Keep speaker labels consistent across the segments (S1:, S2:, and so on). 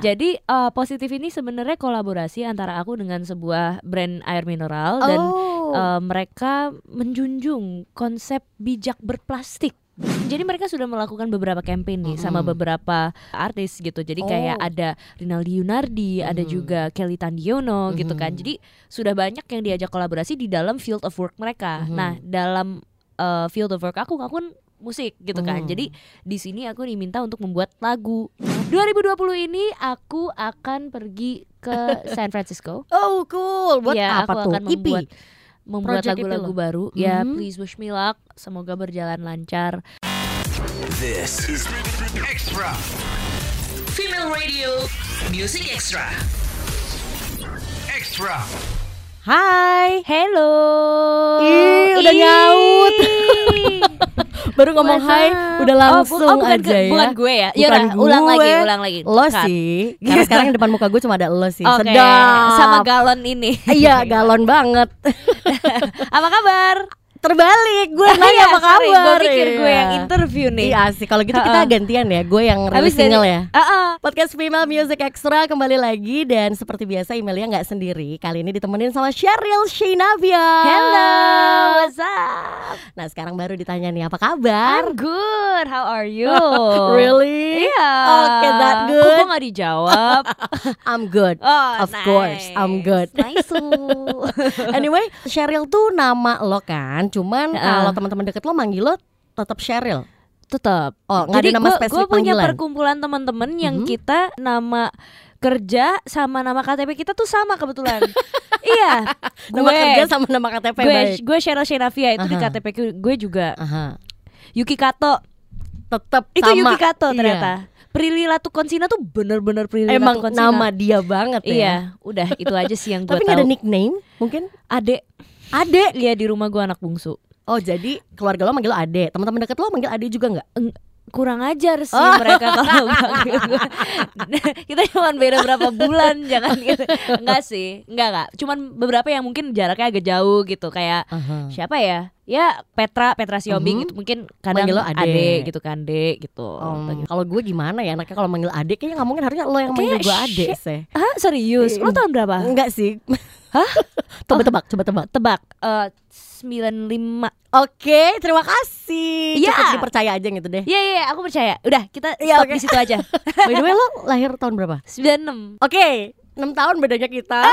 S1: Jadi eh, positif ini sebenarnya kolaborasi antara aku dengan sebuah brand air mineral dan
S2: oh.
S1: eh, mereka menjunjung konsep bijak berplastik. Jadi mereka sudah melakukan beberapa campaign nih sama
S2: Mm-mm.
S1: beberapa artis gitu. Jadi
S2: Oh.
S1: kayak ada Rinaldi Yunardi, ada
S2: Mhm.
S1: juga Kelly Tandiono gitu kan.
S2: Mhm.
S1: Jadi sudah banyak yang diajak kolaborasi di dalam field of work mereka.
S2: Mhm.
S1: Nah, dalam eh, field of work aku aku kan musik gitu kan.
S2: Mhm.
S1: Jadi di sini aku diminta untuk membuat lagu. 2020 ini aku akan pergi ke San Francisco
S2: Oh, cool. Buat
S1: Iya,
S2: apa
S1: aku
S2: tuh?
S1: akan
S2: IP.
S1: membuat membuat
S2: Project itu
S1: lagu-lagu
S2: loh.
S1: baru. Ya,
S2: Mhm.
S1: please wish me luck. Semoga berjalan lancar.
S3: This is Extra.
S4: Female Radio Music Extra.
S3: Extra.
S2: Hai.
S1: Hello.
S2: Ih, udah
S1: Ih.
S2: nyaut. Baru ngomong
S1: What's
S2: hai
S1: up?
S2: udah
S1: Oh, bu-
S2: langsung
S1: oh, bukan
S2: aja
S1: ke-
S2: ya.
S1: Bukan gue ya.
S2: Bukan
S1: Yaudah, ulang
S2: gue.
S1: lagi, ulang lagi.
S2: Lo
S1: Cut.
S2: sih. Karena sekarang depan muka gue cuma ada lo sih.
S1: Oke,
S2: Sedap.
S1: sama galon ini.
S2: Iya, galon banget.
S1: Apa kabar?
S2: Terbalik gue nanya
S1: Iya,
S2: apa
S1: sorry,
S2: kabar.
S1: Gue pikir gue
S2: Iya.
S1: yang interview nih.
S2: Iya sih, kalau gitu kita
S1: Ha-ha.
S2: gantian ya. Gue yang rilis
S1: dari-
S2: single ya.
S1: Ah, ah.
S2: Podcast Female Music Extra kembali lagi dan seperti biasa Imelia nggak sendiri. Kali ini ditemenin sama Cheryl Shinavia.
S1: Hello, what's up?
S2: Nah sekarang baru ditanya nih apa kabar?
S1: I'm good. How are you?
S2: Really?
S1: Iya.
S2: Okay, that
S1: Kok
S2: good?
S1: gue nggak dijawab?
S2: I'm good.
S1: Oh,
S2: Of course, I'm good.
S1: Nice.
S2: Anyway, Cheryl tuh nama lo kan. Cuman
S1: Ya.
S2: kalau teman-teman deket lo manggil lo tetap Cheryl.
S1: Tetap.
S2: Oh, nggak ada nama
S1: Gue
S2: spesifik
S1: punya
S2: panggilan.
S1: perkumpulan teman-teman yang
S2: Mhm.
S1: kita nama kerja sama nama KTP kita tuh sama kebetulan. iya.
S2: Nama
S1: gue,
S2: kerja sama nama KTP
S1: gue,
S2: baik.
S1: gue Cheryl Shenavia itu di
S2: Aha.
S1: KTP ku- gue juga.
S2: Aha.
S1: Yuki Kato.
S2: Tetap
S1: Itu
S2: sama.
S1: Yuki Kato
S2: Iya.
S1: ternyata. Prilly Latukonsina tuh bener-bener Prilly
S2: Emang
S1: Latukonsina.
S2: nama dia banget ya.
S1: Iya, udah itu aja sih yang gue
S2: Tapi nggak ada
S1: tahu.
S2: nickname mungkin?
S1: Ade,
S2: Ade.
S1: dia di rumah gue anak bungsu.
S2: Oh jadi keluarga lo manggil lo Ade, teman-teman deket lo manggil Ade juga nggak?
S1: kurang ajar sih
S2: Oh.
S1: mereka kalau manggil gua. kita cuma beda berapa bulan jangan gitu enggak sih enggak enggak cuman beberapa yang mungkin jaraknya agak jauh gitu kayak siapa ya ya Petra Petra Siombing
S2: Mhm.
S1: gitu mungkin kadang
S2: Manggil lo Ade.
S1: ade. gitu kan de gitu
S2: Om,
S1: Atau gitu.
S2: Oh, kalau gue gimana ya anaknya kalau manggil Ade kayaknya nggak mungkin harusnya lo yang
S1: Kayaknya
S2: manggil gue Ade
S1: shit.
S2: sih.
S1: Hah serius lo tahun berapa
S2: Enggak sih. coba tebak, coba tebak.
S1: tebak eh, 95
S2: Oke, terima kasih.
S1: Iya.
S2: Cukup dipercaya aja gitu deh.
S1: Iya iya iya, aku percaya udah kita
S2: Iya,
S1: stop
S2: oke.
S1: di situ aja
S2: By the way lo lahir tahun berapa? Ah!
S1: 96
S2: Oke, 6 tahun bedanya kita.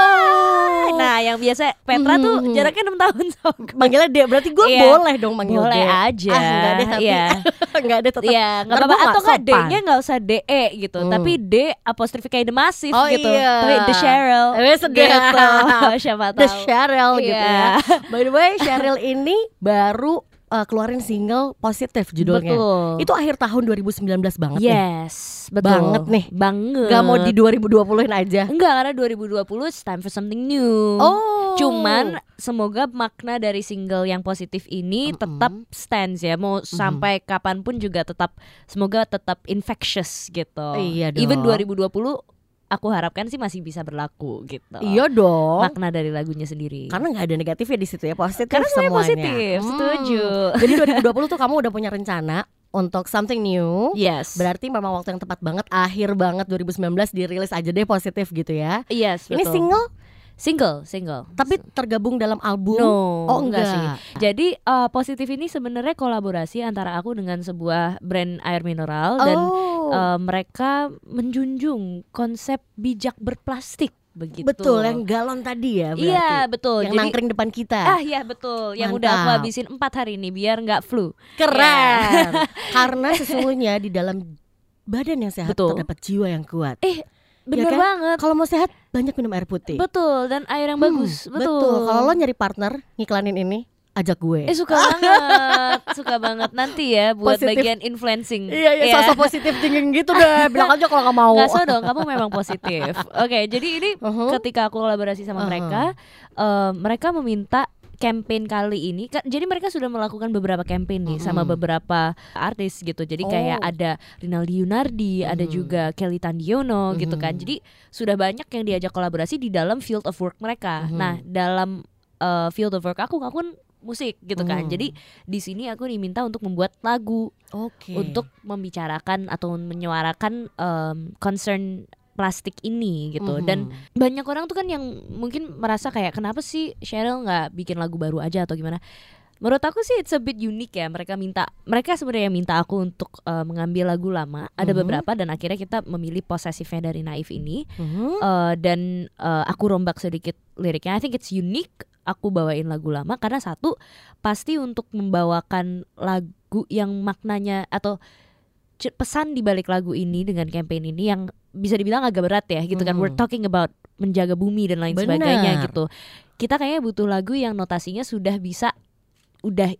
S2: Oh.
S1: nah yang biasa Petra tuh
S2: Mhm.
S1: jaraknya 6 tahun sama gue.
S2: manggilnya Ade berarti gue
S1: Iya.
S2: boleh dong manggil
S1: boleh aja
S2: Ade. Ah, enggak deh tapi.
S1: Iya.
S2: enggak deh tetap.
S1: Iya, nggak
S2: Ntar
S1: apa-apa
S2: gua nggak
S1: atau nggak
S2: sopan.
S1: D-nya nggak usah DE gitu,
S2: Hmm.
S1: tapi D apostrofi kayak the massive
S2: Oh,
S1: gitu.
S2: iya.
S1: Tapi the Cheryl.
S2: Eh, sedap.
S1: Gitu. Siapa tahu.
S2: The Cheryl gitu
S1: Iya.
S2: ya. By the way, Cheryl ini baru uh, keluarin single positif judulnya.
S1: Betul.
S2: Itu akhir tahun 2019 banget ya.
S1: yes, betul.
S2: Banget nih.
S1: Banget.
S2: Gak mau di 2020-in aja.
S1: Enggak, karena 2020 it's time for something new.
S2: Oh.
S1: Cuman semoga makna dari single yang positif ini
S2: Mm-mm.
S1: tetap stands ya. Mau sampai kapanpun juga tetap semoga tetap infectious gitu.
S2: Iya dong.
S1: Even 2020 aku harapkan sih masih bisa berlaku gitu.
S2: Iya dong.
S1: makna dari lagunya sendiri.
S2: Karena nggak ada negatifnya di situ ya, positif
S1: Karena semuanya
S2: semuanya.
S1: positif,
S2: Hmm.
S1: setuju.
S2: Jadi 2020 tuh kamu udah punya rencana untuk something new.
S1: Yes.
S2: Berarti memang waktu yang tepat banget, akhir banget 2019 dirilis aja deh positif gitu ya.
S1: yes,
S2: Ini
S1: betul.
S2: single
S1: single, single.
S2: tapi tergabung dalam album.
S1: no,
S2: Oh enggak,
S1: sih. Jadi eh, positif ini sebenarnya kolaborasi antara aku dengan sebuah brand air mineral dan
S2: Oh.
S1: eh, mereka menjunjung konsep bijak berplastik begitu.
S2: Betul yang galon tadi ya berarti.
S1: gitu. Iya, betul.
S2: Yang
S1: Jadi
S2: nangkring depan kita.
S1: Ah iya betul, yang udah aku
S2: Mantap. Iya
S1: habisin empat hari ini biar nggak flu.
S2: Keren. Iya. Karena sesungguhnya di dalam badan yang sehat
S1: Betul.
S2: terdapat jiwa yang kuat.
S1: Bener
S2: kan?
S1: banget,
S2: Kalau mau sehat banyak minum air putih.
S1: betul dan air yang
S2: Hmm,
S1: bagus, betul.
S2: Kalau lo ya? nyari partner ngiklanin ini, ajak gue.
S1: Eh suka banget, suka banget nanti ya buat
S2: Positif.
S1: bagian influencing. Ya.
S2: Iya, iya, sosok positif thinking gitu deh. Bilang aja kalau nggak mau.
S1: Nggak so dong, kamu memang positif. Oke, jadi ini
S2: Uhum.
S1: ketika aku kolaborasi sama
S2: Uh-huh.
S1: mereka, eh, mereka meminta campaign kali ini. Ka- Jadi mereka sudah melakukan beberapa campaign nih sama
S2: Mm-mm.
S1: beberapa artis gitu. Jadi kayak
S2: Oh.
S1: ada Rinaldi Yunardi, ada
S2: Mm-mm.
S1: juga Kelly Tandiono gitu kan.
S2: Mm-mm.
S1: Jadi sudah banyak yang diajak kolaborasi di dalam field of work mereka.
S2: Mhm.
S1: Nah, dalam eh, field of work aku aku kan musik gitu kan.
S2: Hmm.
S1: Jadi di sini aku diminta untuk membuat lagu
S2: Oke.
S1: untuk membicarakan atau menyuarakan em, concern plastik ini gitu. Dan banyak orang tuh kan yang mungkin merasa kayak kenapa sih Cheryl nggak bikin lagu baru aja atau gimana? Menurut aku sih it's a bit unique ya. Mereka minta mereka sebenarnya minta aku untuk eh, mengambil lagu lama. Ada
S2: Mhm.
S1: beberapa dan akhirnya kita memilih posesifnya dari Naif ini.
S2: Mhm.
S1: Eh, dan eh, aku rombak sedikit liriknya. I think it's unique. Aku bawain lagu lama karena satu pasti untuk membawakan lagu yang maknanya atau ce- pesan di balik lagu ini dengan campaign ini yang bisa dibilang agak berat ya gitu kan.
S2: Hmm.
S1: We're talking about menjaga bumi dan lain
S2: Benar.
S1: sebagainya gitu. Kita kayaknya butuh lagu yang notasinya sudah bisa udah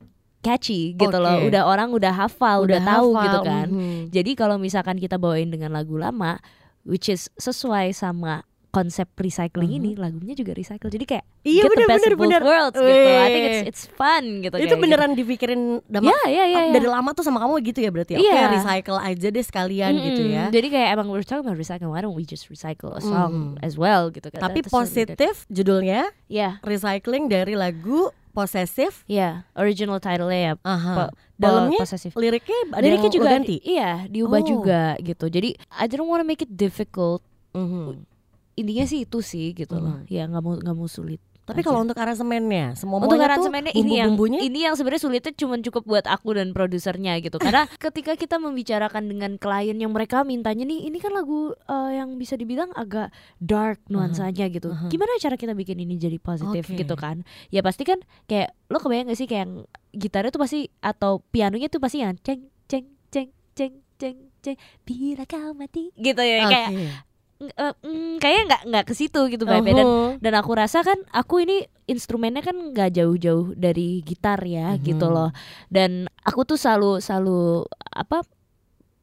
S1: catchy gitu
S2: Oke.
S1: loh. Udah orang udah hafal, udah, tahu
S2: Hmm. hafal,
S1: gitu kan.
S2: mhm.
S1: Jadi kalau misalkan kita bawain dengan lagu lama, which is sesuai sama konsep recycling ini, lagunya juga recycle. Jadi kayak
S2: Mm-hmm. Iya,
S1: get the
S2: bener,
S1: best
S2: bener,
S1: of both
S2: bener.
S1: worlds gitu. I think
S2: Wih.
S1: it's it's fun gitu.
S2: Itu beneran dipikirin
S1: Gitu.
S2: dama-
S1: Ya, ya, ya, ya.
S2: dari lama tuh sama kamu gitu ya berarti. ya? Oke,
S1: Iya.
S2: recycle aja deh sekalian
S1: Mm-mm.
S2: gitu ya.
S1: Jadi kayak emang we're talking about recycle. Why don't we just recycle a song as well gitu kan?
S2: Mm-hmm. Tapi
S1: That's what we did.
S2: positif judulnya
S1: Ya,
S2: recycling dari lagu posesif.
S1: ya. Original title-nya ya.
S2: Aha.
S1: po-
S2: Iya. Dalamnya
S1: possessive.
S2: liriknya ada
S1: Liriknya
S2: yang
S1: juga
S2: lo ganti.
S1: di- iya diubah
S2: Oh.
S1: juga gitu. Jadi I don't want to make it difficult.
S2: Mhm.
S1: Intinya sih itu sih gitu loh.
S2: Mm-hmm.
S1: Ya nggak mau nggak mau sulit.
S2: Tapi
S1: aja.
S2: kalau untuk aransemennya, semua
S1: Untuk
S2: semuanya Oh, tuh
S1: aransemennya ini yang
S2: bumbu-bumbunya
S1: ini yang sebenarnya sulitnya cuma cukup buat aku dan produsernya gitu. Karena ketika kita membicarakan dengan klien yang mereka mintanya nih, ini kan lagu eh, yang bisa dibilang agak dark nuansanya gitu. Gimana cara kita bikin ini jadi positif
S2: Oke.
S1: gitu kan? Ya pasti kan kayak lo kebayang gak sih kayak yang gitarnya tuh pasti atau pianonya tuh pasti yang ceng ceng ceng ceng ceng ceng bila kau mati gitu ya kayak
S2: Oke. Oh.
S1: eh, mm, kayaknya nggak nggak ke situ gitu Bebe. Dan
S2: Uhum.
S1: dan aku rasa kan aku ini instrumennya kan nggak jauh-jauh dari gitar ya
S2: Mhm.
S1: gitu loh dan aku tuh selalu selalu apa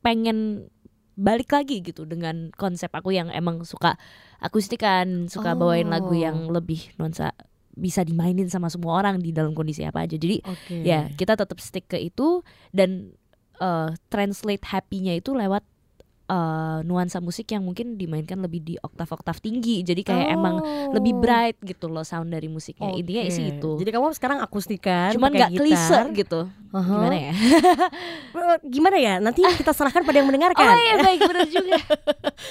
S1: pengen balik lagi gitu dengan konsep aku yang emang suka akustikan suka bawain
S2: Oh.
S1: lagu yang lebih nuansa bisa dimainin sama semua orang di dalam kondisi apa aja jadi
S2: Oke.
S1: ya kita tetap stick ke itu dan eh, translate happy-nya itu lewat eh, nuansa musik yang mungkin dimainkan lebih di oktav-oktav tinggi jadi kayak emang lebih
S2: Oh.
S1: bright gitu loh sound dari musiknya intinya
S2: Oke.
S1: isi itu
S2: Jadi kamu sekarang akustikan
S1: cuman
S2: pakai
S1: nggak klise
S2: gitar.
S1: gitu
S2: Aha.
S1: gimana ya
S2: Eh, Gimana ya? Nanti kita serahkan pada yang mendengarkan.
S1: Ah. oh iya baik bener juga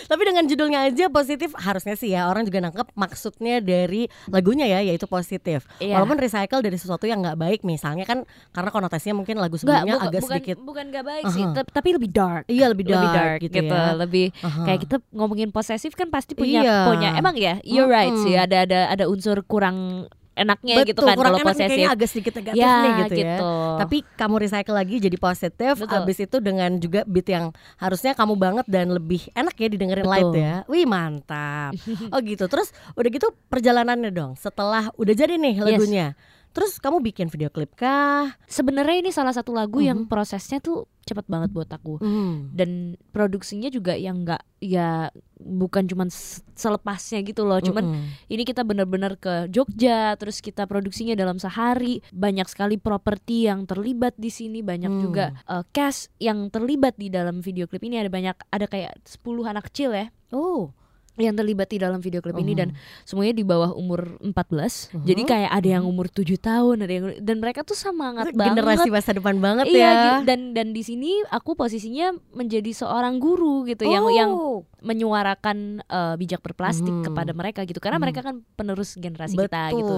S2: Tapi dengan judulnya aja positif harusnya sih ya orang juga nangkep maksudnya dari lagunya ya yaitu positif.
S1: Iya.
S2: Walaupun recycle dari sesuatu yang nggak baik misalnya kan karena konotasinya mungkin lagu
S1: nggak
S2: sebelumnya
S1: buka-
S2: agak
S1: bukan
S2: sedikit
S1: bukan nggak baik sih
S2: Aha.
S1: tep- tapi lebih dark
S2: iya lebih dark,
S1: gitu,
S2: ya.
S1: lebih
S2: Aha.
S1: kayak kita ngomongin posesif kan pasti punya
S2: Iya.
S1: punya emang ya you're right
S2: Mm-mm.
S1: sih ada ada ada unsur kurang enaknya
S2: Betul,
S1: gitu kan
S2: kurang
S1: kalau
S2: enak nih,
S1: posesif
S2: kayaknya agak sedikit negatif
S1: Ya,
S2: nih gitu, ya.
S1: gitu.
S2: Tapi kamu recycle lagi jadi positif
S1: Betul.
S2: habis itu dengan juga beat yang harusnya kamu banget dan lebih enak ya didengerin
S1: Betul.
S2: live ya. Wih, mantap. oh gitu. Terus udah gitu perjalanannya dong. Setelah udah jadi nih lagunya. Terus kamu bikin video klip kah?
S1: sebenarnya ini salah satu lagu yang
S2: Mm-hmm.
S1: prosesnya tuh cepet banget buat aku
S2: Hmm.
S1: dan produksinya juga yang nggak ya bukan cuman s- selepasnya gitu loh cuman
S2: Mm-mm.
S1: ini kita benar-benar ke Jogja terus kita produksinya dalam sehari banyak sekali properti yang terlibat di sini banyak
S2: Hmm.
S1: juga eh, cast yang terlibat di dalam video klip ini ada banyak ada kayak 10 anak kecil ya
S2: Oh, Hmm.
S1: yang terlibat di dalam video klip ini dan semuanya di bawah umur 14
S2: Mhm.
S1: jadi kayak ada yang umur 7 tahun ada yang dan mereka tuh semangat banget
S2: generasi masa depan banget
S1: iya
S2: ya.
S1: gitu. dan dan di sini aku posisinya menjadi seorang guru gitu yang
S2: Oh.
S1: yang menyuarakan eh, bijak berplastik
S2: Mhm.
S1: kepada mereka gitu karena mereka kan penerus generasi
S2: Betul.
S1: kita gitu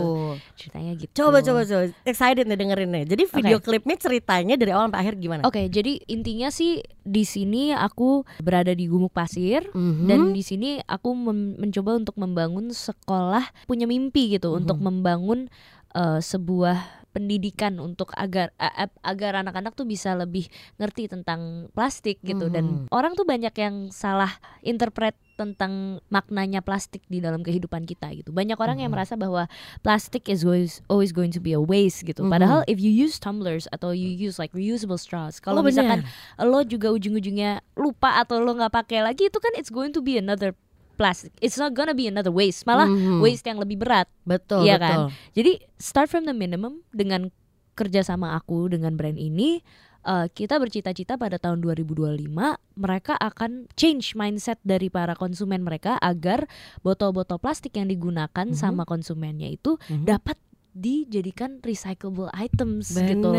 S1: ceritanya gitu
S2: Coba coba coba excited nih dengerin nih. Jadi video
S1: Oke.
S2: klipnya ceritanya dari awal sampai akhir gimana?
S1: oke jadi intinya sih di sini aku berada di gumuk pasir
S2: Mhm.
S1: dan di sini aku mem- mencoba untuk membangun sekolah punya mimpi
S2: Mhm.
S1: gitu untuk membangun eh, sebuah pendidikan untuk agar a- a- agar anak-anak tuh bisa lebih ngerti tentang plastik gitu dan
S2: Mhm.
S1: orang tuh banyak yang salah interpret tentang maknanya plastik di dalam kehidupan kita gitu banyak orang
S2: Mhm.
S1: yang merasa bahwa plastik is always, always going to be a waste
S2: Mhm.
S1: gitu padahal if you use tumblers atau you use like reusable straws kalau
S2: Oh,
S1: misalkan
S2: benar.
S1: lo juga ujung-ujungnya lupa atau lo nggak pakai lagi itu kan it's going to be another plastic. It's not gonna be another waste. Malah
S2: Mhm.
S1: waste yang lebih berat.
S2: Betul,
S1: Iya
S2: betul.
S1: kan? Jadi start from the minimum dengan kerjasama aku dengan brand ini eh, kita bercita-cita pada tahun 2025 mereka akan change mindset dari para konsumen Mhm.
S2: Hmm.
S1: mereka agar botol-botol plastik yang digunakan sama konsumennya itu dapat dijadikan recyclable items
S2: Bener.
S1: gitu loh.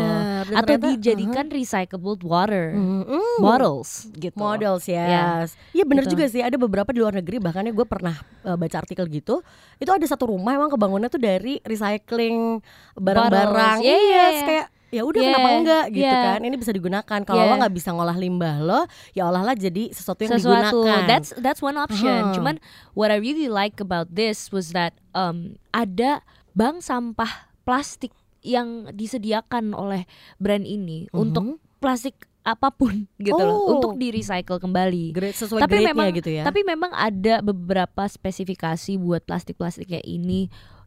S1: Atau
S2: Dan ternyata, uh-huh.
S1: dijadikan recyclable water
S2: Mm-mm.
S1: bottles gitu.
S2: Hmm, Models
S1: Ya.
S2: yes. Iya bener
S1: Gitu.
S2: juga sih ada beberapa di luar negeri bahkan ya gue pernah eh, baca artikel gitu Itu ada satu rumah emang kebangunnya tuh dari recycling barang-barang
S1: Bottles, iya, iya,
S2: Yes,
S1: iya. Iya.
S2: kayak ya udah
S1: Yeah,
S2: kenapa enggak gitu
S1: yeah.
S2: kan Ini bisa digunakan kalau
S1: Yeah.
S2: lo nggak bisa ngolah limbah lo ya olahlah jadi sesuatu yang
S1: sesuatu.
S2: digunakan
S1: That's that's one option.
S2: Hmm.
S1: Cuman what I really like about this was that um, ada bank sampah plastik yang disediakan oleh brand ini
S2: Mhm.
S1: untuk plastik apapun gitu
S2: Mm-hmm. Oh.
S1: loh, untuk di recycle kembali.
S2: Grade- sesuai
S1: Tapi
S2: grade-nya
S1: memang
S2: gitu ya
S1: tapi memang ada beberapa spesifikasi buat plastik-plastiknya ini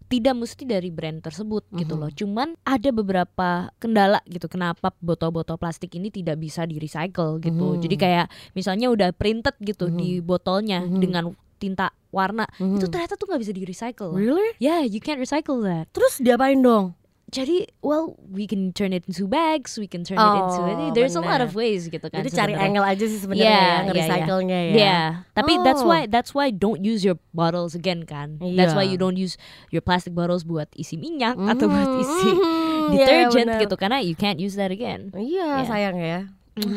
S1: tidak mesti dari brand tersebut gitu
S2: Mhm.
S1: loh. Cuman ada beberapa kendala gitu kenapa botol-botol plastik ini tidak bisa di recycle gitu.
S2: Mhm.
S1: Jadi kayak misalnya udah printed gitu di botolnya
S2: Mhm.
S1: dengan tinta warna
S2: Mhm.
S1: itu ternyata tuh nggak bisa di recycle.
S2: Really?
S1: Yeah, you can't recycle that.
S2: Terus diapain dong?
S1: Jadi, well, we can turn it into bags, we can turn it into
S2: Oh,
S1: there's a lot
S2: bener.
S1: of ways gitu kan.
S2: Jadi cari
S1: sebenarnya.
S2: angle aja sih sebenarnya
S1: Yeah,
S2: ya,
S1: yeah,
S2: nge-recycle-nya
S1: Yeah.
S2: ya.
S1: Tapi that's
S2: Oh.
S1: why that's why don't use your bottles again kan. That's why you
S2: Iya.
S1: don't use your plastic bottles buat isi minyak atau buat
S2: Mhm,
S1: isi
S2: mhm, iya,
S1: detergent
S2: bener.
S1: gitu Hmm. karena you can't use that again.
S2: Iya,
S1: Yeah.
S2: sayang ya.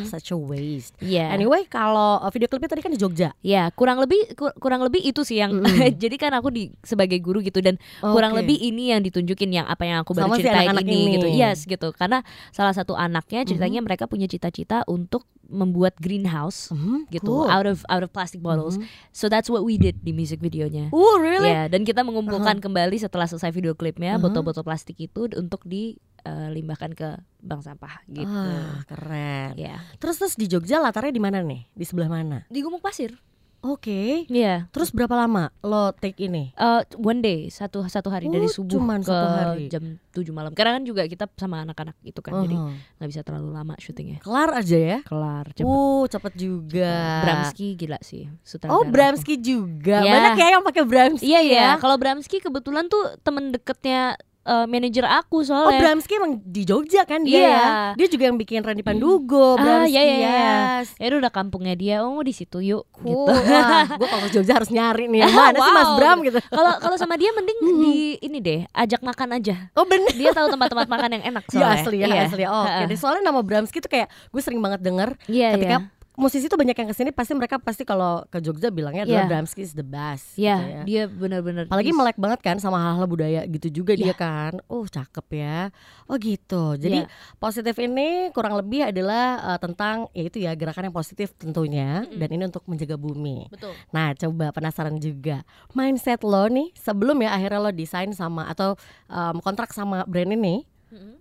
S2: Such a waste.
S1: Yeah.
S2: Anyway, kalau uh, video klipnya tadi kan di Jogja.
S1: Ya, kurang lebih kur- kurang lebih itu sih yang jadi kan aku di sebagai guru gitu dan kurang
S2: Oke.
S1: lebih ini yang ditunjukin yang apa yang aku baru
S2: Sama si
S1: ceritain ini,
S2: anak-anak ini. Mm-hmm.
S1: gitu. Yes, gitu. Karena salah satu anaknya ceritanya mereka punya cita-cita untuk membuat greenhouse
S2: Mhm,
S1: gitu
S2: cool. Mm-hmm.
S1: out of out of plastic bottles. So that's what we did di music videonya.
S2: Oh, really?
S1: Ya,
S2: Uh-huh.
S1: dan kita mengumpulkan kembali setelah selesai video klipnya botol-botol plastik itu d- untuk dilimbahkan ke bank sampah gitu.
S2: Ah, keren.
S1: Ya.
S2: Terus terus di Jogja latarnya di mana nih? Di sebelah mana?
S1: Di gumuk pasir.
S2: Oke.
S1: Iya.
S2: Terus berapa lama lo take ini?
S1: Eh, one day satu satu hari dari
S2: Oh,
S1: subuh
S2: cuman
S1: ke
S2: satu hari.
S1: jam 7 malam. Karena kan juga kita sama anak-anak itu kan jadi
S2: Mhm.
S1: nggak bisa terlalu lama syutingnya.
S2: Kelar aja ya.
S1: Kelar cepet.
S2: Uh, cepet juga.
S1: Bramski gila sih sutradara.
S2: Oh, Bramski juga.
S1: Ya.
S2: Banyak ya yang pakai Bramski.
S1: Iya iya.
S2: ya.
S1: Kalau Bramski kebetulan tuh temen deketnya eh, manajer aku
S2: Oh,
S1: soalnya.
S2: Bramski emang di Jogja kan dia
S1: ya. Iya. Mm.
S2: ya. Dia juga yang bikin Randy
S1: Ah,
S2: Pandugo, Bramski.
S1: iya, iya, iya.
S2: yes.
S1: Ya udah kampungnya dia. Oh, di situ yuk
S2: Gitu.
S1: gitu.
S2: gue kalau ke Jogja harus nyari nih. Mana sih Mas
S1: Wow.
S2: Bram gitu.
S1: Kalau kalau sama dia mending di ini deh, ajak makan aja.
S2: Oh bener.
S1: Dia tahu tempat-tempat makan yang enak
S2: Iya
S1: soalnya.
S2: asli ya, asli. Oh, Oke, deh. soalnya nama Bramski tuh kayak gue sering banget denger
S1: Iya,
S2: ketika gitu
S1: iya.
S2: musisi tuh banyak yang kesini pasti mereka pasti kalau ke Jogja bilangnya adalah
S1: Iya.
S2: Bramski is the best.
S1: Iya,
S2: gitu ya.
S1: dia benar-benar.
S2: Apalagi
S1: is-
S2: melek banget kan sama hal-hal budaya gitu juga dia
S1: Iya.
S2: kan. Oh cakep ya. Oh gitu.
S1: Iya.
S2: Jadi positif ini kurang lebih adalah eh, tentang ya itu ya gerakan yang positif tentunya dan ini untuk menjaga bumi.
S1: Betul.
S2: Nah, coba penasaran juga mindset lo nih sebelum ya akhirnya lo desain sama atau um, kontrak sama brand ini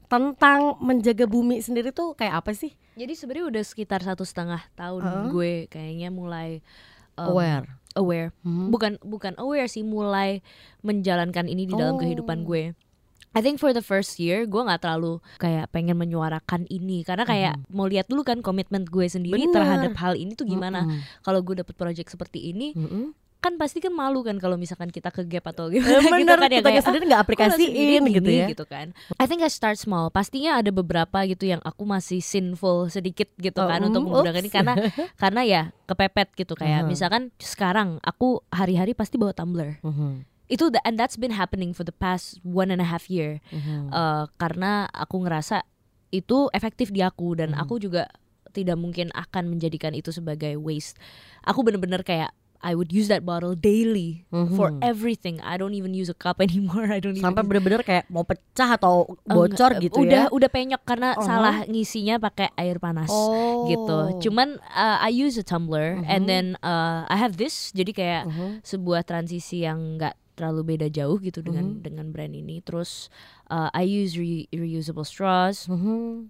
S2: tentang menjaga bumi sendiri tuh kayak apa sih?
S1: Jadi sebenarnya udah sekitar satu setengah tahun
S2: Heeh.
S1: gue kayaknya mulai um,
S2: Aware.
S1: aware.
S2: Hmm.
S1: Bukan bukan aware sih, mulai menjalankan ini di
S2: Oh.
S1: dalam kehidupan gue. I think for the first year gue nggak terlalu kayak pengen menyuarakan ini karena kayak mau lihat dulu kan komitmen gue sendiri
S2: Bener.
S1: terhadap hal ini tuh gimana.
S2: Mm-mm.
S1: Kalau gue dapet project seperti ini,
S2: Mm-mm.
S1: kan pasti kan malu kan kalau misalkan kita ke gap atau gimana gitu
S2: Eh, Bener,
S1: kan ya
S2: kitanya
S1: kayak,
S2: sendiri
S1: "Ah, kok
S2: nggak
S1: lo
S2: aplikasiin
S1: sendirian
S2: gitu
S1: gini?"
S2: ya.
S1: gitu kan I think I start small pastinya ada beberapa gitu yang aku masih sinful sedikit gitu
S2: Oh,
S1: kan
S2: mm,
S1: untuk menggunakan ini
S2: oops. Uh-huh.
S1: karena karena ya kepepet gitu kayak
S2: Aha.
S1: misalkan sekarang aku hari-hari pasti bawa tumbler
S2: Mhm,
S1: itu the- and that's been happening for the past one and a half year
S2: mhm.
S1: Eh, karena aku ngerasa itu efektif di aku dan
S2: Hmm.
S1: aku juga tidak mungkin akan menjadikan itu sebagai waste. Aku bener-bener kayak I would use that bottle daily Uh, for
S2: Mhm.
S1: everything. I don't even use a cup anymore. I don't
S2: Sampai
S1: even
S2: bener-bener kayak mau pecah atau bocor
S1: Enggak,
S2: gitu
S1: udah,
S2: ya.
S1: Udah penyok karena
S2: Uh-huh.
S1: salah ngisinya pakai air panas
S2: Oh. Uh-huh.
S1: gitu. Cuman uh, I use a tumbler and then uh, I have this jadi kayak sebuah transisi yang nggak terlalu beda jauh gitu dengan
S2: Uh-huh.
S1: dengan brand ini. Terus uh, I use re- reusable straws Uh-huh.
S2: Mhm.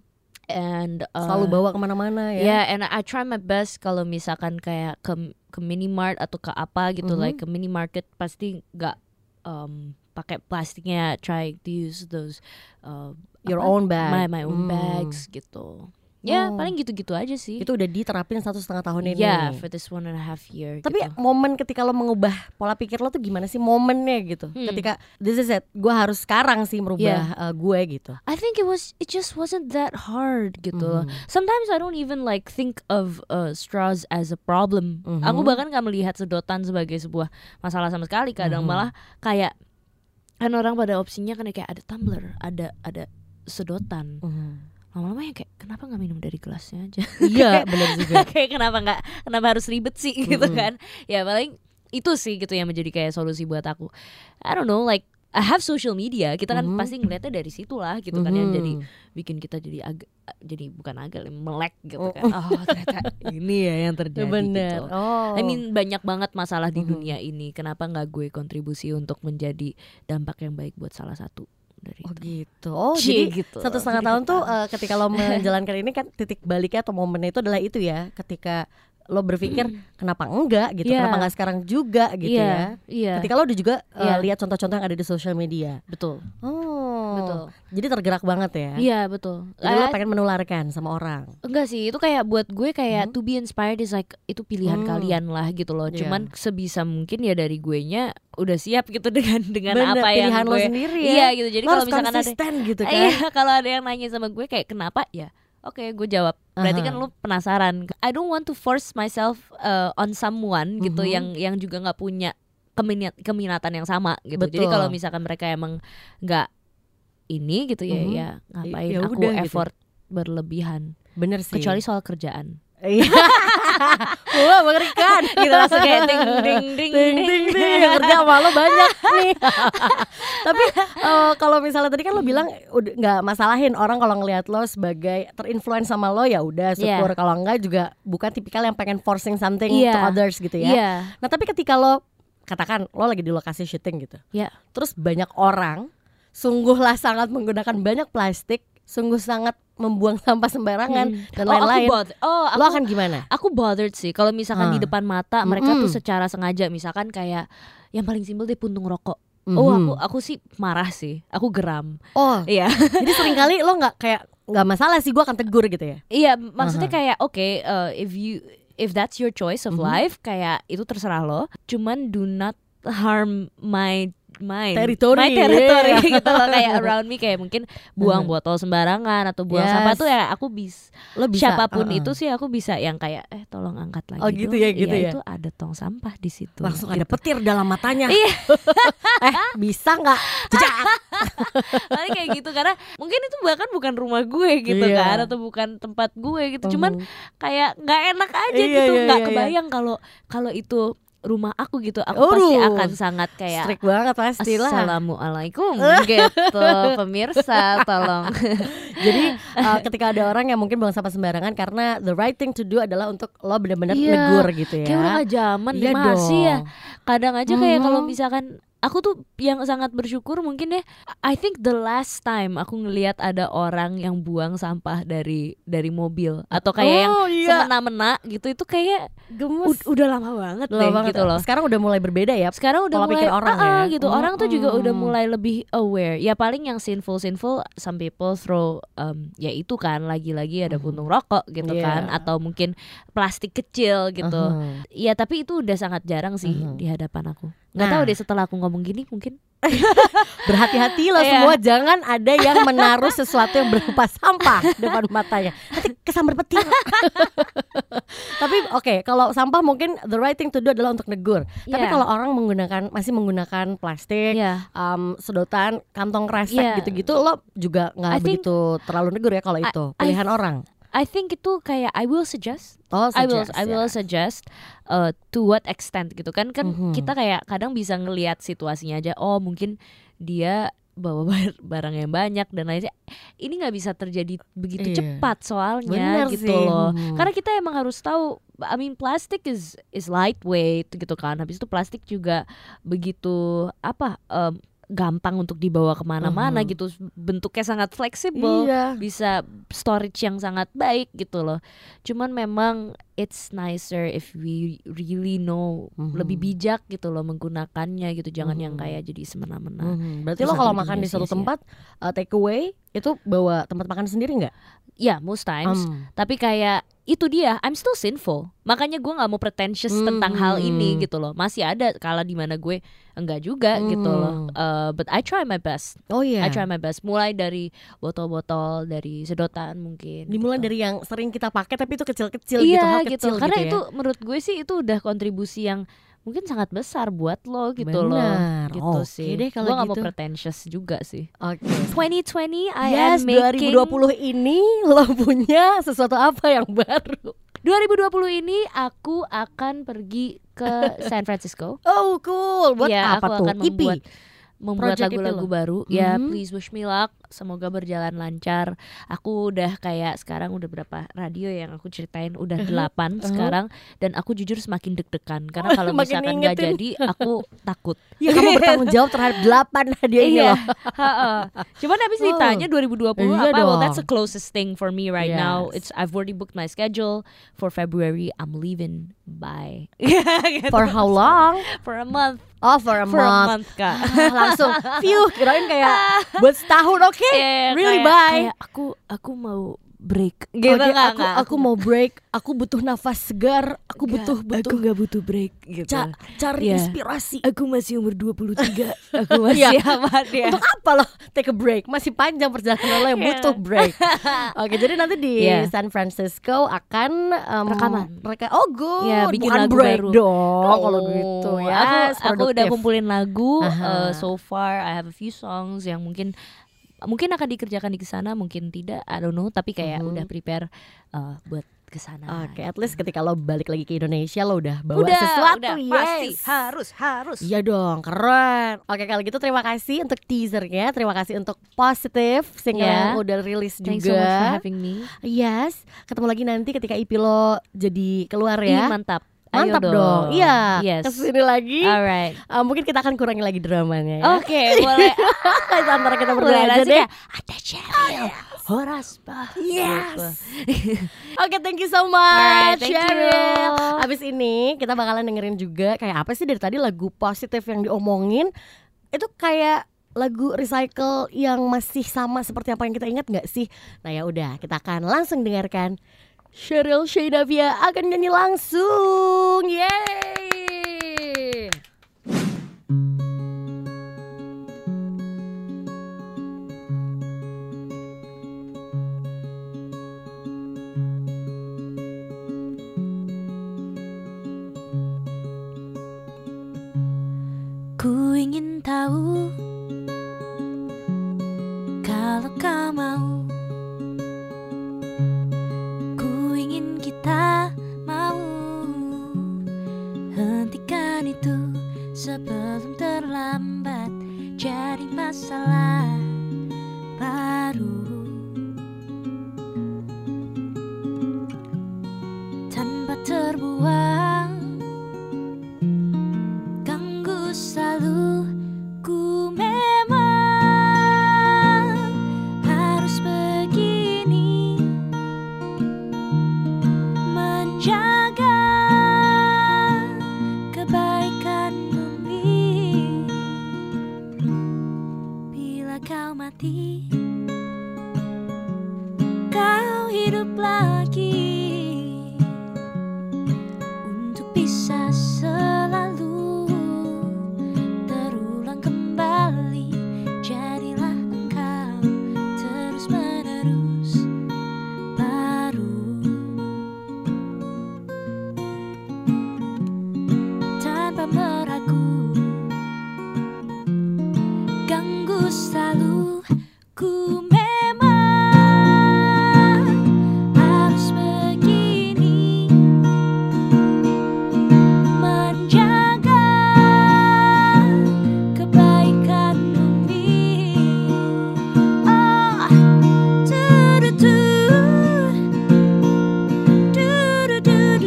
S1: and uh,
S2: Selalu bawa kemana-mana ya.
S1: Yeah, and I try my best kalau misalkan kayak ke ke minimart atau ke apa gitu, like ke mini market pasti nggak um, pakai plastiknya. Try to use those uh,
S2: Your
S1: apa?
S2: own bag.
S1: my my own
S2: Hmm.
S1: bags gitu. Ya
S2: Oh.
S1: paling gitu-gitu aja sih.
S2: Itu udah diterapin satu setengah tahun ini.
S1: Yeah, for this one and a half year.
S2: Tapi
S1: Iya, gitu.
S2: momen ketika lo mengubah pola pikir lo tuh gimana sih momennya gitu?
S1: Hmm. Iya.
S2: Ketika this is it, gue harus sekarang sih merubah uh, gue gitu.
S1: I think it was it just wasn't that hard gitu loh. Sometimes I don't even like think of uh, straws as a problem.
S2: Mhm.
S1: Aku bahkan nggak melihat sedotan sebagai sebuah masalah sama sekali. Kadang malah kayak kan orang pada opsinya kan kayak ada tumbler, ada ada
S2: Hmm.
S1: sedotan. Lama-lama ya kayak kenapa nggak minum dari gelasnya aja?
S2: Iya, benar juga.
S1: kayak kenapa nggak kenapa harus ribet sih gitu kan? Ya paling itu sih gitu yang menjadi kayak solusi buat aku. I don't know like I have social media, kita kan
S2: Mhm.
S1: pasti ngeliatnya dari situlah gitu kan yang
S2: Mhm.
S1: jadi bikin kita jadi agak jadi bukan agak melek gitu kan. Oh, ternyata ini ya yang terjadi
S2: Bener.
S1: gitu.
S2: Oh.
S1: I mean banyak banget masalah di
S2: Mhm.
S1: dunia ini. Kenapa nggak gue kontribusi untuk menjadi dampak yang baik buat salah satu dari
S2: Oh
S1: itu?
S2: gitu. Oh
S1: Cie,
S2: jadi
S1: gitu.
S2: satu setengah tahun tuh eh, ketika lo menjalankan ini kan titik baliknya atau momennya itu adalah itu ya. Ketika lo berpikir kenapa enggak gitu,
S1: Iya.
S2: kenapa enggak sekarang juga gitu ya.
S1: Iya, iya.
S2: Ketika lo udah juga eh,
S1: Iya.
S2: lihat contoh-contoh yang ada di sosial media.
S1: betul.
S2: Oh.
S1: Betul.
S2: Jadi tergerak banget ya.
S1: Iya, betul.
S2: Jadi lo
S1: Eh,
S2: pengen menularkan sama orang.
S1: Enggak sih, itu kayak buat gue kayak to be inspired is like itu pilihan
S2: Hmm.
S1: kalian lah gitu loh.
S2: Mm-hmm. Iya.
S1: Cuman sebisa mungkin ya dari gue nya udah siap gitu dengan dengan
S2: Bener,
S1: apa yang
S2: pilihan lo
S1: gue
S2: sendiri ya.
S1: Iya gitu. Jadi
S2: Lo
S1: kalau
S2: harus
S1: misalkan ada
S2: konsisten gitu kan.
S1: Iya, kalau ada yang nanya sama gue kayak kenapa ya? Oke, gue jawab. Berarti kan
S2: Uh-huh.
S1: lu penasaran. I don't want to force myself uh, on someone gitu
S2: Mhm.
S1: yang yang juga nggak punya keminat keminatan yang sama gitu. Jadi
S2: Betul.
S1: kalau misalkan mereka emang nggak ini gitu ya
S2: Mhm.
S1: ya ngapain
S2: Ya
S1: aku
S2: udah gitu.
S1: effort berlebihan.
S2: Bener sih.
S1: Kecuali soal kerjaan.
S2: Iya. Wah, mengerikan.
S1: Gitu langsung kayak ding ding ding
S2: ding ding ding yang kerja sama lo banyak nih tapi eh, kalau misalnya tadi kan lo bilang udah nggak masalahin orang kalau ngelihat lo sebagai terinfluence sama lo
S1: Iya.
S2: ya udah syukur kalau enggak juga bukan tipikal yang pengen forcing something to
S1: Iya.
S2: others gitu
S1: Iya.
S2: ya nah tapi ketika lo katakan lo lagi di lokasi syuting gitu
S1: Iya.
S2: terus banyak orang sungguhlah sangat menggunakan banyak plastik sungguh sangat membuang sampah sembarangan dan
S1: Oh, aku
S2: lain-lain
S1: bother. Oh, aku
S2: lo akan gimana
S1: aku bothered sih kalau misalkan
S2: Ah.
S1: di depan mata mereka
S2: Mm-mm.
S1: tuh secara sengaja misalkan kayak yang paling simpel deh puntung rokok. Oh
S2: Mhm.
S1: aku aku sih marah sih, aku geram.
S2: oh
S1: Iya,
S2: Jadi seringkali lo nggak kayak nggak masalah sih gue akan tegur gitu ya.
S1: iya maksudnya
S2: Aha.
S1: kayak oke uh, if you if that's your choice of
S2: Mhm.
S1: life kayak itu terserah lo. Cuman do not harm my my
S2: Territory,
S1: my territory
S2: yeah.
S1: gitu loh kayak around me kayak mungkin buang botol sembarangan atau buang
S2: Yes.
S1: sampah tuh ya aku bisa
S2: Lo bisa
S1: siapapun
S2: uh-uh.
S1: itu sih aku bisa yang kayak eh tolong angkat lagi
S2: Oh,
S1: dong.
S2: gitu ya, gitu
S1: Iya,
S2: ya.
S1: itu ada tong sampah di situ
S2: langsung
S1: gitu.
S2: ada petir dalam matanya.
S1: Iya.
S2: eh bisa nggak? Cecak.
S1: Paling kayak gitu karena mungkin itu bahkan bukan rumah gue gitu
S2: Iya.
S1: kan atau bukan tempat gue gitu. Cuman kayak nggak enak aja
S2: Iya,
S1: gitu,
S2: iya,
S1: nggak
S2: iya,
S1: kebayang kalau kalau itu rumah aku gitu. Aku
S2: Aduh.
S1: pasti akan sangat kayak
S2: Strik banget pastilah.
S1: Assalamualaikum gitu pemirsa tolong.
S2: Jadi eh, ketika ada orang yang mungkin buang sampah sembarangan karena the right thing to do adalah untuk lo bener-bener
S1: Iya.
S2: negur gitu ya.
S1: Kayak udah gak zaman
S2: Iya
S1: deh, masih ya.
S2: dong.
S1: Kadang aja kayak
S2: Mhm.
S1: kalau misalkan aku tuh yang sangat bersyukur mungkin ya I think the last time aku ngelihat ada orang yang buang sampah dari dari mobil atau kayak yang
S2: Oh, iya.
S1: semena-mena gitu itu kayak ud-
S2: Gemes.
S1: udah lama banget
S2: Lama
S1: deh
S2: banget.
S1: gitu loh.
S2: Sekarang udah mulai berbeda ya.
S1: Sekarang udah
S2: Pola
S1: mulai
S2: pikir orang
S1: ah, ah,
S2: ya.
S1: gitu. Orang tuh juga udah
S2: Mm-mm.
S1: mulai lebih aware. Ya paling yang sinful sinful some people throw um, ya itu kan lagi-lagi ada puntung rokok gitu
S2: Hmm. Iya.
S1: kan atau mungkin plastik kecil gitu.
S2: Uh-huh.
S1: Iya tapi itu udah sangat jarang sih
S2: Mhm.
S1: di hadapan aku. Nggak
S2: Nah.
S1: tahu deh setelah aku ngomong gini mungkin.
S2: Berhati-hati lo
S1: Iya.
S2: semua jangan ada yang menaruh sesuatu yang berupa sampah depan matanya. Nanti kesambar petir. Tapi oke, kalau sampah mungkin the right thing to do adalah untuk negur. Tapi
S1: Iya.
S2: kalau orang menggunakan masih menggunakan plastik,
S1: Iya.
S2: um, sedotan, kantong kresek
S1: Iya.
S2: gitu-gitu lo juga nggak
S1: I think-
S2: begitu terlalu negur ya kalau
S1: I-
S2: itu
S1: I-
S2: pilihan orang.
S1: I think itu kayak I will suggest,
S2: Oh,
S1: I will
S2: suggest
S1: I will
S2: ya.
S1: suggest uh, to what extent gitu kan kan
S2: Mhm.
S1: kita kayak kadang bisa ngelihat situasinya aja oh mungkin dia bawa bar- barang yang banyak dan lain lain ini nggak bisa terjadi begitu
S2: Iya.
S1: cepat soalnya
S2: Bener
S1: gitu
S2: sih.
S1: loh
S2: Mhm.
S1: karena kita emang harus tahu I mean plastik is is lightweight gitu kan habis itu plastik juga begitu apa um, gampang untuk dibawa kemana-mana
S2: Mhm.
S1: gitu bentuknya sangat fleksibel
S2: Iya.
S1: bisa storage yang sangat baik gitu loh. Cuman memang it's nicer if we really know
S2: Mhm.
S1: lebih bijak gitu loh menggunakannya gitu. Jangan yang
S2: Mhm.
S1: kayak jadi semena-mena.
S2: Mhm. Berarti
S1: Terus
S2: lo kalau
S1: nanti
S2: makan di
S1: ujungnya
S2: suatu
S1: sia-sia.
S2: tempat uh, take away itu bawa tempat makan sendiri nggak?
S1: Ya most times.
S2: Um.
S1: Tapi kayak itu dia, I'm still sinful. Makanya gue nggak mau pretentious
S2: Mhm.
S1: tentang hal ini gitu loh. Masih ada kala di mana gue enggak juga gitu
S2: Mhm.
S1: loh. Eh, but I try my best.
S2: Oh iya.
S1: I try my best. Mulai dari botol-botol, dari sedotan mungkin.
S2: dimulai
S1: gitu.
S2: dari yang sering kita pakai tapi itu kecil-kecil gitu
S1: iya
S2: hal
S1: gitu,
S2: kecil
S1: karena
S2: gitu ya.
S1: itu menurut gue sih itu udah kontribusi yang mungkin sangat besar buat lo gitu
S2: Benar. Oh,
S1: loh gitu
S2: Oke
S1: sih
S2: deh kalau
S1: gue nggak mau
S2: gitu.
S1: pretentious juga sih
S2: Oke.
S1: 2020 I
S2: Yes,
S1: am making
S2: 2020 ini lo punya sesuatu apa yang baru?
S1: 2020 ini aku akan pergi ke San Francisco
S2: Oh, cool. Buat
S1: Ya,
S2: apa
S1: aku
S2: tuh?
S1: akan membuat
S2: EP?
S1: membuat
S2: Project EP
S1: lagu-lagu
S2: lo.
S1: baru. Ya,
S2: Mhm.
S1: please wish me luck. Semoga berjalan lancar. Aku udah kayak sekarang udah berapa radio yang aku ceritain udah delapan sekarang dan aku jujur semakin deg-degan karena kalau
S2: Makin
S1: misalkan nggak
S2: diingetin.
S1: jadi aku takut.
S2: Ya kamu bertanggung jawab terhadap delapan hadiah ini
S1: iya.
S2: loh.
S1: Ha-ha. Cuman habis
S2: Oh.
S1: ditanya 2020
S2: Iya
S1: apa? Well,
S2: dong.
S1: that's the closest thing for me right now. It's
S2: Yes.
S1: I've already booked my schedule for February. I'm leaving. Bye.
S2: For how long?
S1: For a month.
S2: Oh, for a
S1: For a
S2: month.
S1: month, Kak.
S2: Ah, langsung view kirain kayak buat setahun oke
S1: Iya,
S2: Eh, really
S1: kayak-
S2: bye
S1: kayak aku aku mau break
S2: Oke,
S1: gitu nggak,
S2: aku
S1: nggak?
S2: aku mau break aku butuh nafas segar
S1: Nggak,
S2: aku butuh butuh
S1: aku nggak butuh break gitu
S2: ca- cari
S1: Iya.
S2: inspirasi
S1: aku masih umur 23 aku masih
S2: Iya.
S1: aman ya
S2: Untuk apa loh take a break? Masih panjang perjalanan lo yang
S1: Iya.
S2: butuh break. Oke, jadi nanti di
S1: Iya.
S2: San Francisco akan em,
S1: Rekaman.
S2: Reka oh, good.
S1: Iya, bikin
S2: Bukan
S1: lagu
S2: break
S1: baru. Oh,
S2: dong kalau gitu ya.
S1: aku, aku udah kumpulin lagu eh,
S2: Aha.
S1: so far I have a few songs yang mungkin mungkin akan dikerjakan di sana mungkin tidak I don't know tapi kayak udah prepare eh, buat ke sana
S2: Mhm. Oke, at least ketika lo balik lagi ke Indonesia lo udah bawa
S1: udah
S2: sesuatu
S1: udah
S2: yes.
S1: pasti harus harus
S2: Iya dong, keren. Oke kalau gitu terima kasih untuk teasernya, terima kasih untuk positif single
S1: Ya.
S2: yang udah rilis
S1: thanks so much for
S2: juga.
S1: having me
S2: yes, ketemu lagi nanti ketika IP lo jadi keluar
S1: Ih,
S2: ya.
S1: mantap Ayo
S2: Mantap dong. Iya.
S1: yes
S2: Kesini lagi.
S1: alright
S2: Eh, mungkin kita akan kurangi lagi dramanya ya.
S1: Oke, boleh.
S2: Itu antara kita berdua
S1: Boleh ya?
S2: aja
S1: aja
S2: deh.
S1: Ada Cheryl, Horas Bah.
S2: Yes. Oke, thank you so
S1: Alright,
S2: much.
S1: thank you.
S2: Cheryl.
S1: Oh.
S2: Abis ini kita bakalan dengerin juga kayak apa sih dari tadi lagu positif yang diomongin itu kayak lagu recycle yang masih sama seperti apa yang kita ingat nggak sih? Nah ya udah, kita akan langsung dengarkan Cheryl Shadavia akan nyanyi langsung. Yeay!
S1: Ku ingin tahu kalau kau mau. Ku ingin kita mau hentikan itu sebelum terlambat jadi masalah baru. Tanpa terbuang ganggu selalu ku memang harus begini menjaga kebaikan bumi bila kau mati kau hidup lagi untuk bisa selalu terulang kembali jadilah engkau terus menerus baru tanpa meragu ganggu selalu ku memang harus begini menjaga kebaikan bumi. Oh, du du du du du du du du du du du du du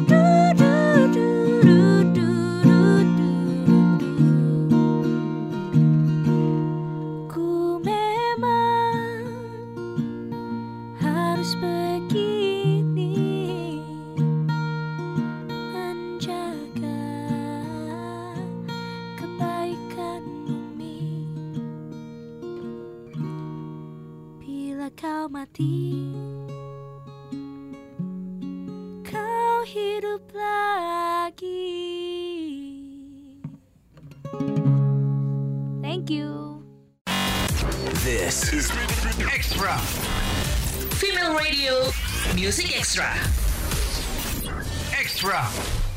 S1: du du du du du. Ku memang harus begini menjaga kebaikan bumi bila kau mati kau hidup lagi thank you
S3: This is extra.
S4: Female Radio Music Extra.
S3: Extra.